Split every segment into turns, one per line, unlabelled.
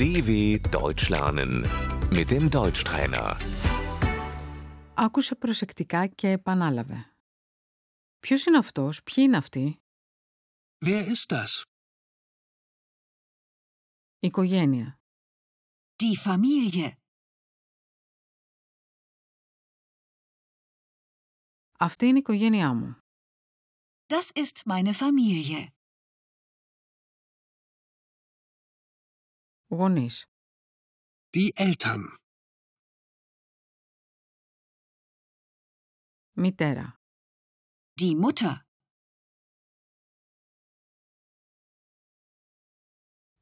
DW Deutsch lernen mit dem Deutschtrainer.
Άκουσε προσεκτικά και επανάλαβε. Ποιος είναι αυτός, ποιοι είναι αυτοί,
Wer ist das?
οικογένεια,
Die Familie.
αυτή είναι η οικογένειά μου.
Das ist meine Familie.
Γονείς,
Die Eltern.
μητέρα,
Die Mutter.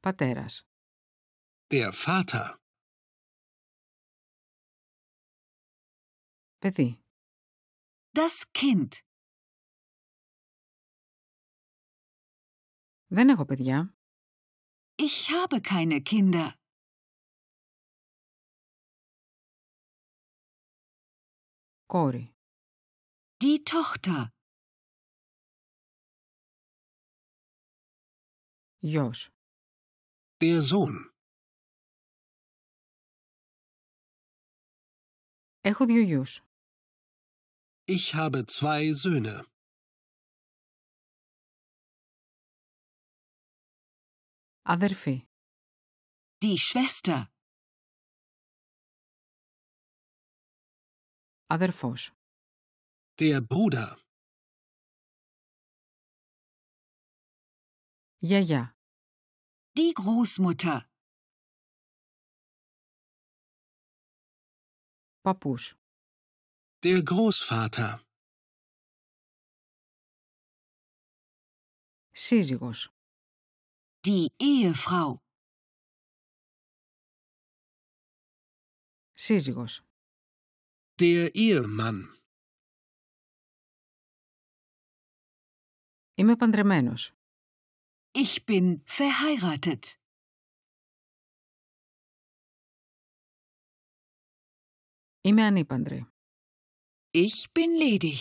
πατέρας,
Der Vater.
παιδί,
Das Kind.
δεν έχω παιδιά,
Ich habe keine Kinder.
κόρη,
Die Tochter.
γιος,
Der Sohn.
έχω δύο γιους,
Ich habe zwei Söhne.
αδερφή,
Die Schwester.
αδερφός,
Der Bruder.
γιαγιά,
Die Großmutter.
παππούς,
Der Großvater.
σύζυγος,
Die Ehefrau.
σύζυγος,
Der Ehemann.
είμαι παντρεμένος,
Ich bin verheiratet.
είμαι ανήπαντρη,
Ich bin ledig.